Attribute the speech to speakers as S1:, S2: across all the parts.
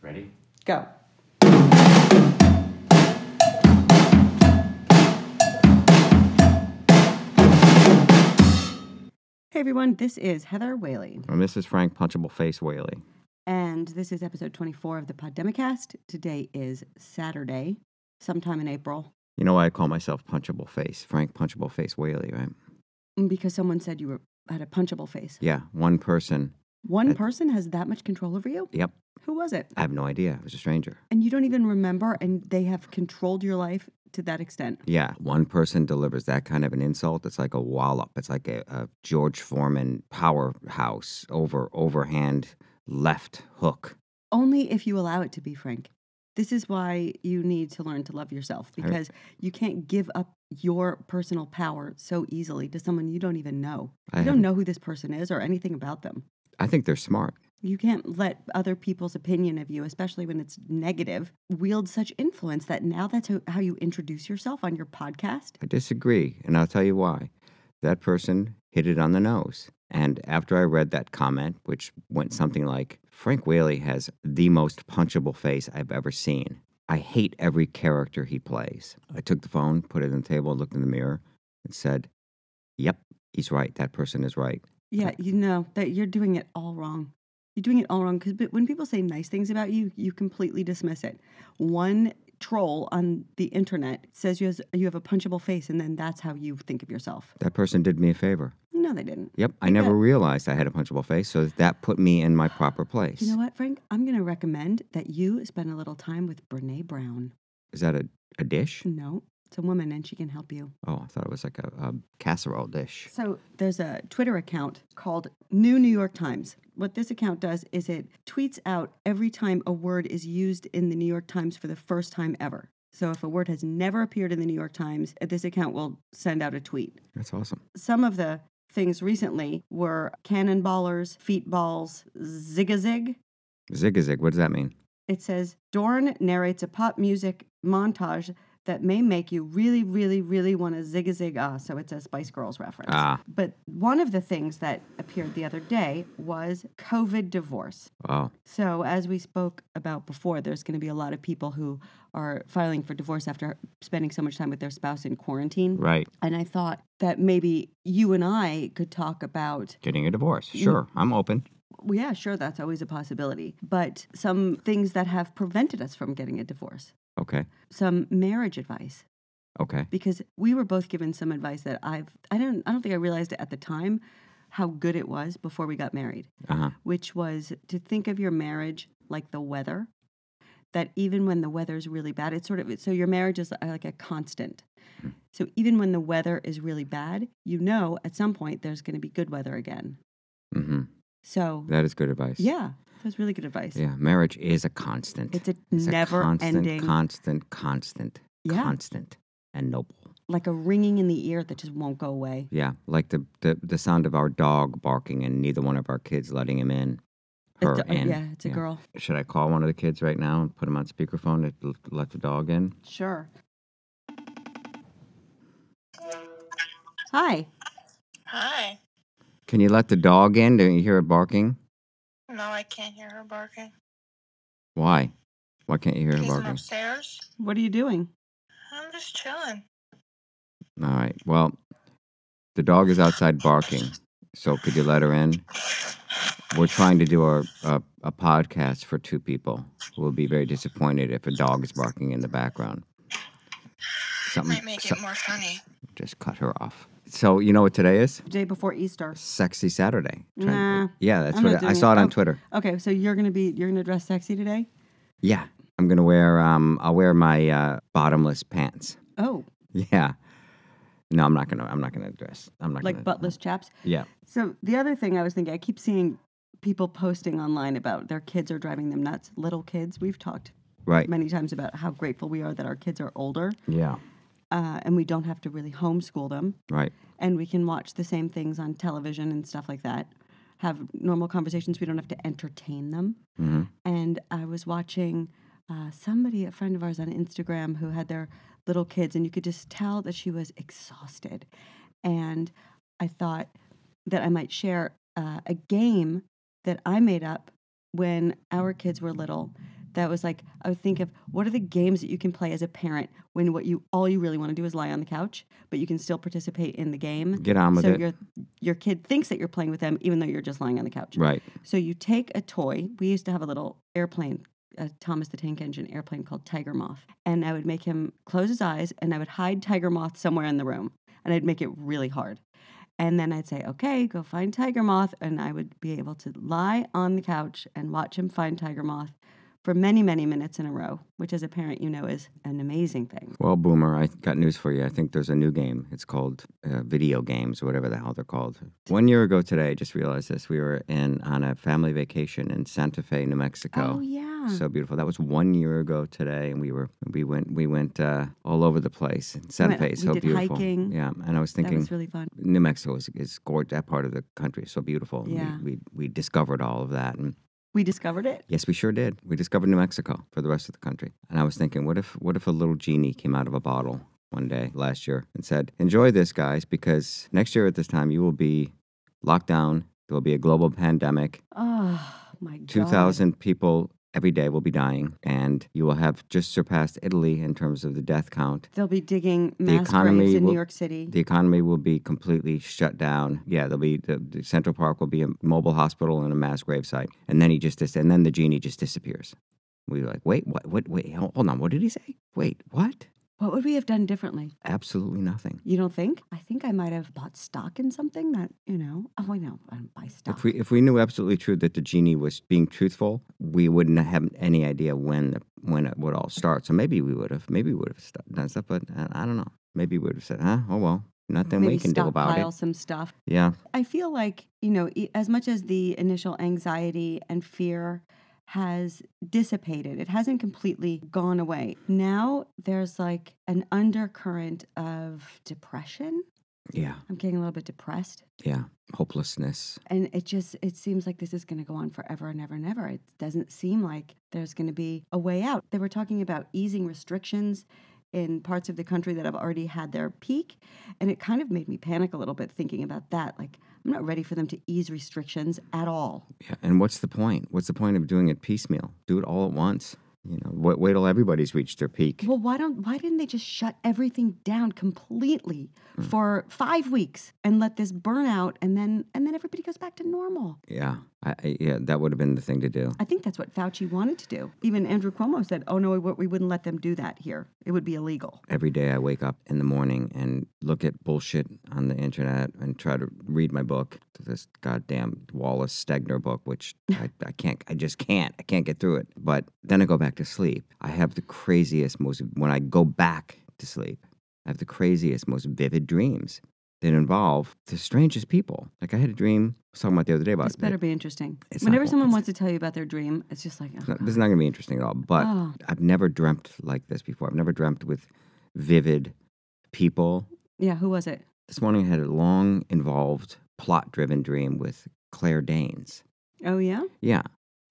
S1: Ready?
S2: Go. Hey everyone, this is Heather Whaley,
S1: And this is Frank Punchable Face Whaley.
S2: and this is episode 24 of the Poddemicast. Today is Saturday, sometime in April,
S1: You know why I call myself Punchable Face? Frank Punchable Face Whaley, right?
S2: mm, because someone said you were, had a punchable face.
S1: Yeah, one person.
S2: One
S1: That-
S2: person has that much control over you?
S1: Yep,
S2: Who was it?
S1: I have no idea. It was a stranger.
S2: And you don't even remember, and they have controlled your life to that extent.
S1: Yeah, one person delivers that kind of an insult. It's like a wallop. It's like a, a George Foreman powerhouse over overhand left hook.
S2: Only if you allow it to be, Frank. This is why you need to learn to love yourself
S1: I re-
S2: because you can't give up your personal power so easily to someone you don't even know.
S1: I
S2: you
S1: have-
S2: don't know who this person is or anything about them.
S1: I think they're smart.
S2: You can't let other people's opinion of you, especially when it's negative, wield such influence that now that's how- how you introduce yourself on your podcast.
S1: I disagree, and I'll tell you why. That person hit it on the nose. And after I read that comment, which went something like Frank Whaley has the most punchable face I've ever seen. I hate every character he plays. I took the phone, put it on the table, looked in the mirror, and said, Yep, he's right. That person is right.
S2: Yeah, you know that you're doing it all wrong. You're doing it all wrong because when people say nice things about you, you completely dismiss it. One troll on the internet says you has, you have a punchable face, and then that's how you think of yourself.
S1: That person did me a favor.
S2: No, they didn't.
S1: Yep, I
S2: Yeah.
S1: never realized I had a punchable face, so that put me in my proper place.
S2: You know what, Frank? I'm going to recommend that you spend a little time with Brene Brown.
S1: Is that a, a dish?
S2: No, it's a woman, and she can help you.
S1: Oh, I thought it was like a, a casserole dish.
S2: So there's a Twitter account called New New York Times. What this account does is it tweets out every time a word is used in the New York Times for the first time ever. So if a word has never appeared in the New York Times, this account will send out a tweet.
S1: That's awesome.
S2: Some of the things recently were cannonballers, feet balls, zig-a-zig.
S1: Zig a zig. What does that mean?
S2: It says Dorn narrates a pop music montage that may make you really, really, really want to zig a zig ah. So it's a Spice Girls reference.
S1: Ah.
S2: But one of the things that appeared the other day was COVID divorce.
S1: Wow.
S2: So, as we spoke about before, there's going to be a lot of people who are filing for divorce after spending so much time with their spouse in quarantine.
S1: Right.
S2: And I thought that maybe you and I could talk about
S1: Getting a divorce. Sure. I'm open.
S2: well, yeah, sure, that's always a possibility. But some things that have prevented us from getting a divorce,
S1: Okay.
S2: some marriage advice,
S1: Okay.
S2: because we were both given some advice that I've I don't I don't think I realized it at the time how good it was before we got married,
S1: Uh huh.
S2: which was to think of your marriage like the weather. That even when the weather's really bad, it's sort of so your marriage is uh, like a constant.
S1: Hmm.
S2: So even when the weather is really bad, you know at some point there's going to be good weather again.
S1: hmm
S2: So
S1: That is good advice.
S2: yeah, that's really good advice.
S1: Yeah. Marriage is a constant.
S2: It's a
S1: It's
S2: never
S1: constant,
S2: ending,
S1: Constant, constant,
S2: Yeah.
S1: constant, and noble.
S2: like a ringing in the ear that just won't go away.
S1: Yeah. Like the, the the sound of our dog barking and neither one of our kids letting him in.
S2: It's
S1: Her
S2: a- uh,
S1: in.
S2: yeah, it's a girl.
S1: Should I call one of the kids right now and put him on speakerphone to l- let the dog in?
S2: Sure. Hi.
S3: Hi.
S1: Can you let the dog in? Don't you hear it barking?
S3: No, I can't hear her barking.
S1: Why? Why can't you hear it
S3: She's
S1: barking?
S3: upstairs.
S2: What are you doing?
S3: I'm just chilling.
S1: All right. Well, the dog is outside barking. So could you let her in? We're trying to do a, a, a podcast for two people. We'll be very disappointed if a dog is barking in the background. Something
S3: Might make
S1: so-
S3: it more funny.
S1: just cut her off. So you know what today is?
S2: Day before Easter.
S1: Sexy Saturday. Trying-
S2: Nah,
S1: yeah, that's
S2: I'm not
S1: what I, I
S2: doing
S1: saw
S2: it.
S1: it on
S2: Oh.
S1: Twitter.
S2: Okay, so you're gonna be you're gonna dress sexy today?
S1: Yeah, I'm gonna wear um I'll wear my uh, bottomless pants.
S2: Oh,
S1: Yeah. No, I'm not gonna. I'm not gonna dress. I'm not
S2: like
S1: gonna,
S2: buttless chaps.
S1: Yeah.
S2: So the other thing I was thinking, I keep seeing people posting online about their kids are driving them nuts. Little kids. We've talked
S1: Right.
S2: many times about how grateful we are that our kids are older
S1: Yeah.
S2: uh, and we don't have to really homeschool them.
S1: Right.
S2: and we can watch the same things on television and stuff like that have normal conversations we don't have to entertain them
S1: hmm
S2: and i was watching uh, somebody a friend of ours on instagram who had their little kids and you could just tell that she was exhausted and i thought that i might share uh, a game that i made up when our kids were little that was like I would think of what are the games that you can play as a parent when what you all you really want to do is lie on the couch, but you can still participate in the game.
S1: Get on with
S2: so
S1: it.
S2: your your kid thinks that you're playing with them even though you're just lying on the couch.
S1: Right.
S2: So you take a toy. We used to have a little airplane, a Thomas the Tank Engine airplane called Tiger Moth. And I would make him close his eyes and I would hide Tiger Moth somewhere in the room. And I'd make it really hard. And then I'd say, okay, go find Tiger Moth. And I would be able to lie on the couch and watch him find Tiger Moth for many, many minutes in a row, which as a parent, you know, is an amazing thing.
S1: Well, Boomer, I got news for you. I think there's a new game. It's called uh, video games, or whatever the hell they're called. One year ago today, I just realized this. We were in on a family vacation in Santa Fe, New Mexico.
S2: Oh, yeah.
S1: So beautiful. That was one year ago today, and we were we went we went uh, all over the place. And Santa
S2: went-
S1: Fe is
S2: we
S1: so
S2: did
S1: beautiful.
S2: hiking.
S1: Yeah, and I was
S2: that
S1: thinking
S2: was really fun.
S1: New Mexico is, is gorgeous. That part of the country is so beautiful. and
S2: Yeah.
S1: We, we we discovered all of that, and
S2: We discovered it.
S1: Yes, we sure did. We discovered New Mexico for the rest of the country. And I was thinking, what if what if a little genie came out of a bottle one day last year and said, "Enjoy this, guys, because next year at this time you will be locked down. There will be a global pandemic.
S2: Oh, my God.
S1: 2000 people every day will be dying and you will have just surpassed Italy in terms of the death count.
S2: They'll be digging mass graves
S1: economy
S2: in
S1: will-
S2: New York City.
S1: The economy will be completely shut down. Yeah, there'll be the, the Central Park will be a mobile hospital and a mass grave site. And then he just dis- and then the genie just disappears. We were like, wait, what? What? Wait, hol- hold on. What did he say? Wait, what?
S2: What would we have done differently?
S1: Absolutely nothing.
S2: You don't think? I think I might have bought stock in something that, you know, oh, I know, I don't buy stock.
S1: If we if we knew absolutely true that the genie was being truthful, we wouldn't have any idea when the, when it would all start. So maybe we would have maybe we would have stu- done stuff, but uh, I don't know. Maybe we would have said, huh? Oh well, nothing
S2: Maybe
S1: we can do about
S2: stockpile
S1: it.
S2: some stuff.
S1: Yeah,
S2: I feel like, you know, e- as much as the initial anxiety and fear has dissipated, it hasn't completely gone away. Now there's like an undercurrent of depression.
S1: yeah,
S2: I'm getting a little bit depressed.
S1: yeah. Hopelessness.
S2: and it just it seems like this is going to go on forever and ever and ever it doesn't seem like there's going to be a way out they were talking about easing restrictions in parts of the country that have already had their peak and it kind of made me panic a little bit thinking about that like i'm not ready for them to ease restrictions at all
S1: Yeah, and what's the point? What's the point of doing it piecemeal? Do it all at once. You know, wait, wait till everybody's reached their peak.
S2: well why don't why didn't they just shut everything down completely for 5 weeks and let this burn out and then and then everybody goes back to normal
S1: Yeah, I, I, yeah, that would have been the thing to do.
S2: I think that's what Fauci wanted to do. Even Andrew Cuomo said, "Oh no, we we wouldn't let them do that here. It would be illegal."
S1: Every day I wake up in the morning and look at bullshit on the internet and try to read my book, this goddamn Wallace Stegner book, which I, I can't, I just can't, I can't get through it. But then I go back to sleep. I have the craziest, most, when I go back to sleep, I have the craziest, most vivid dreams that involve the strangest people. Like I had a dream, I was talking about the other day about
S2: This better be interesting.
S1: it's not
S2: Whenever
S1: cool.
S2: someone
S1: It's-
S2: wants to tell you about their dream, it's just like, oh,
S1: It's not-
S2: God.
S1: this is not going to be interesting at all. But
S2: Oh.
S1: I've never dreamt like this before. I've never dreamt with vivid people.
S2: yeah, who was it?
S1: This morning I had a long, involved, plot-driven dream with Claire Danes.
S2: Oh yeah,
S1: Yeah,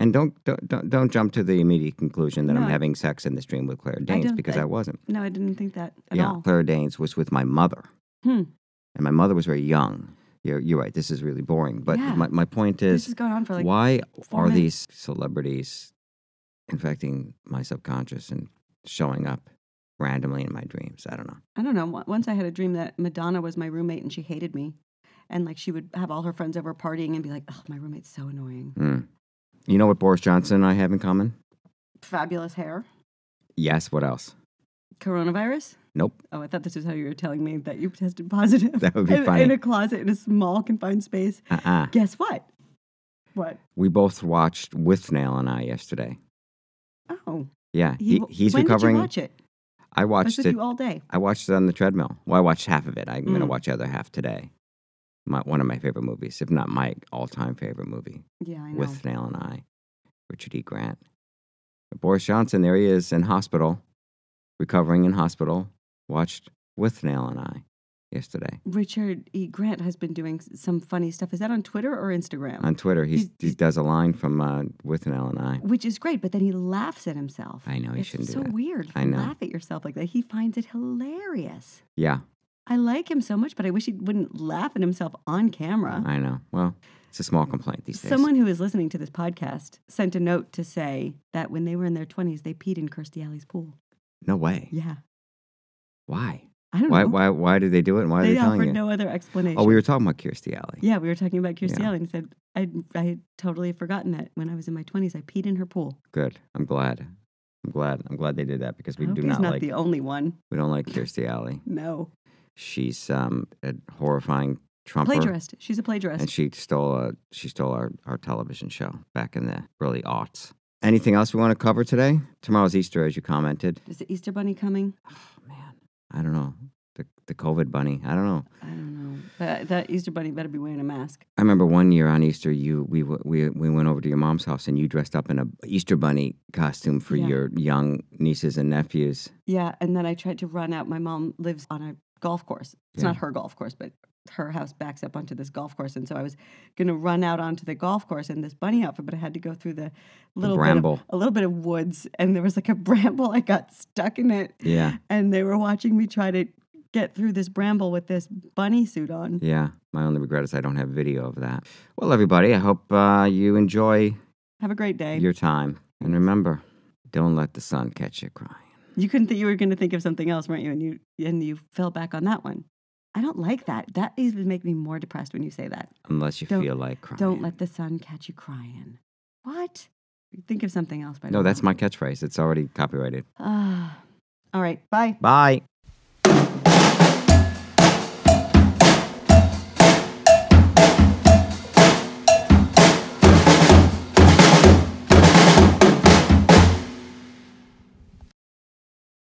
S1: and don't don't don't, don't jump to the immediate conclusion that
S2: No.
S1: I'm having sex in this dream with Claire Danes
S2: don't-
S1: because
S2: I-
S1: I wasn't.
S2: no, I didn't think that at
S1: yeah,
S2: all.
S1: Clara Danes was with my mother,
S2: Hmm.
S1: and my mother was very young. You're, you're right. This is really boring. But
S2: Yeah.
S1: my, my point
S2: This
S1: is,
S2: is going on for like
S1: why
S2: four
S1: are
S2: minutes.
S1: these celebrities infecting my subconscious and showing up randomly in my dreams? I don't know.
S2: I don't know. on- Once I had a dream that Madonna was my roommate and she hated me, and like she would have all her friends over partying and be like, "Oh, my roommate's so annoying."
S1: Hmm. You know what Boris Johnson and I have in common?
S2: Fabulous hair.
S1: Yes. What else?
S2: Coronavirus.
S1: Nope.
S2: Oh, I thought this was how you were telling me that you tested positive.
S1: That would be
S2: in,
S1: funny.
S2: in a closet in a small confined space.
S1: Uh uh
S2: Guess what? What?
S1: We both watched With Nail and I yesterday.
S2: Oh,
S1: Yeah.
S2: he,
S1: He,
S2: w-
S1: he's
S2: when
S1: recovering.
S2: Did you watch it?
S1: I
S2: I was
S1: watched
S2: with
S1: it.
S2: you all day.
S1: I watched it on the treadmill. Well, I watched half of it. I'm going to
S2: Mm.
S1: watch the other half today. My, one of my favorite movies, if not my all time favorite movie.
S2: Yeah, I know.
S1: with Nail and I, Richard E. Grant. Boris Johnson, there he is in hospital, recovering in hospital, watched with Nail and I yesterday.
S2: Richard E. Grant has been doing s- some funny stuff. Is that on Twitter or Instagram?
S1: On Twitter, he's,
S2: He's-
S1: he does a line from uh, With Nail and I.
S2: Which is great, but then he laughs at himself.
S1: I know, he
S2: it's
S1: shouldn't do
S2: so
S1: that.
S2: weird.
S1: I
S2: to
S1: know.
S2: Laugh at yourself like that. He finds it hilarious.
S1: Yeah,
S2: I like him so much, but I wish he wouldn't laugh at himself on camera.
S1: I know. Well, it's a small complaint these days.
S2: Someone who is listening to this podcast sent a note to say that when they were in their 20s, they peed in Kirstie Alley's pool.
S1: no way.
S2: Yeah.
S1: Why?
S2: I don't
S1: Why?
S2: know.
S1: Why? Why did they do it? And why are
S2: they
S1: they telling
S2: offered
S1: you?
S2: no other explanation.
S1: oh, we were talking about Kirstie Alley.
S2: yeah, we were talking about Kirstie
S1: Yeah.
S2: Alley and he said, I, I had totally forgotten that when I was in my 20s, I peed in her pool.
S1: Good. I'm glad. I'm glad. I'm glad they did that because we
S2: I hope
S1: do
S2: he's
S1: not,
S2: not,
S1: like.
S2: the only one.
S1: we don't like Kirstie Alley.
S2: No.
S1: She's um, a horrifying trumper.
S2: Plagiarist. She's a plagiarist.
S1: And she stole a, she stole our, our television show back in the early aughts. Anything else we want to cover today? Tomorrow's Easter, as you commented.
S2: is the Easter Bunny coming?
S1: Oh man, I don't know the the COVID bunny. I don't know.
S2: I don't know. But that Easter Bunny better be wearing a mask.
S1: I remember one year on Easter, you we w- we we went over to your mom's house and you dressed up in a Easter bunny costume for
S2: Yeah.
S1: your young nieces and nephews.
S2: Yeah, and then I tried to run out. My mom lives on a golf course. It's
S1: Yeah.
S2: not her golf course, but her house backs up onto this golf course, and so I was going to run out onto the golf course in this bunny outfit, but I had to go through the little
S1: bramble.
S2: bit of, a little bit of woods, and there was like a bramble. I got stuck in it,
S1: Yeah,
S2: and they were watching me try to get through this bramble with this bunny suit on.
S1: yeah. My only regret is I don't have video of that. Well, everybody, I hope uh, you enjoy
S2: Have a great day.
S1: your time and remember, don't let the sun catch you crying.
S2: You couldn't think you were going to think of something else, weren't you? And you and you fell back on that one. I don't like that. That even make me more depressed when you say that.
S1: Unless you
S2: Don't-
S1: feel like crying.
S2: Don't let the sun catch you crying. What? Think of something else. By the
S1: No,
S2: way.
S1: that's my catchphrase. It's already copyrighted.
S2: Ah. all right. Bye.
S1: Bye.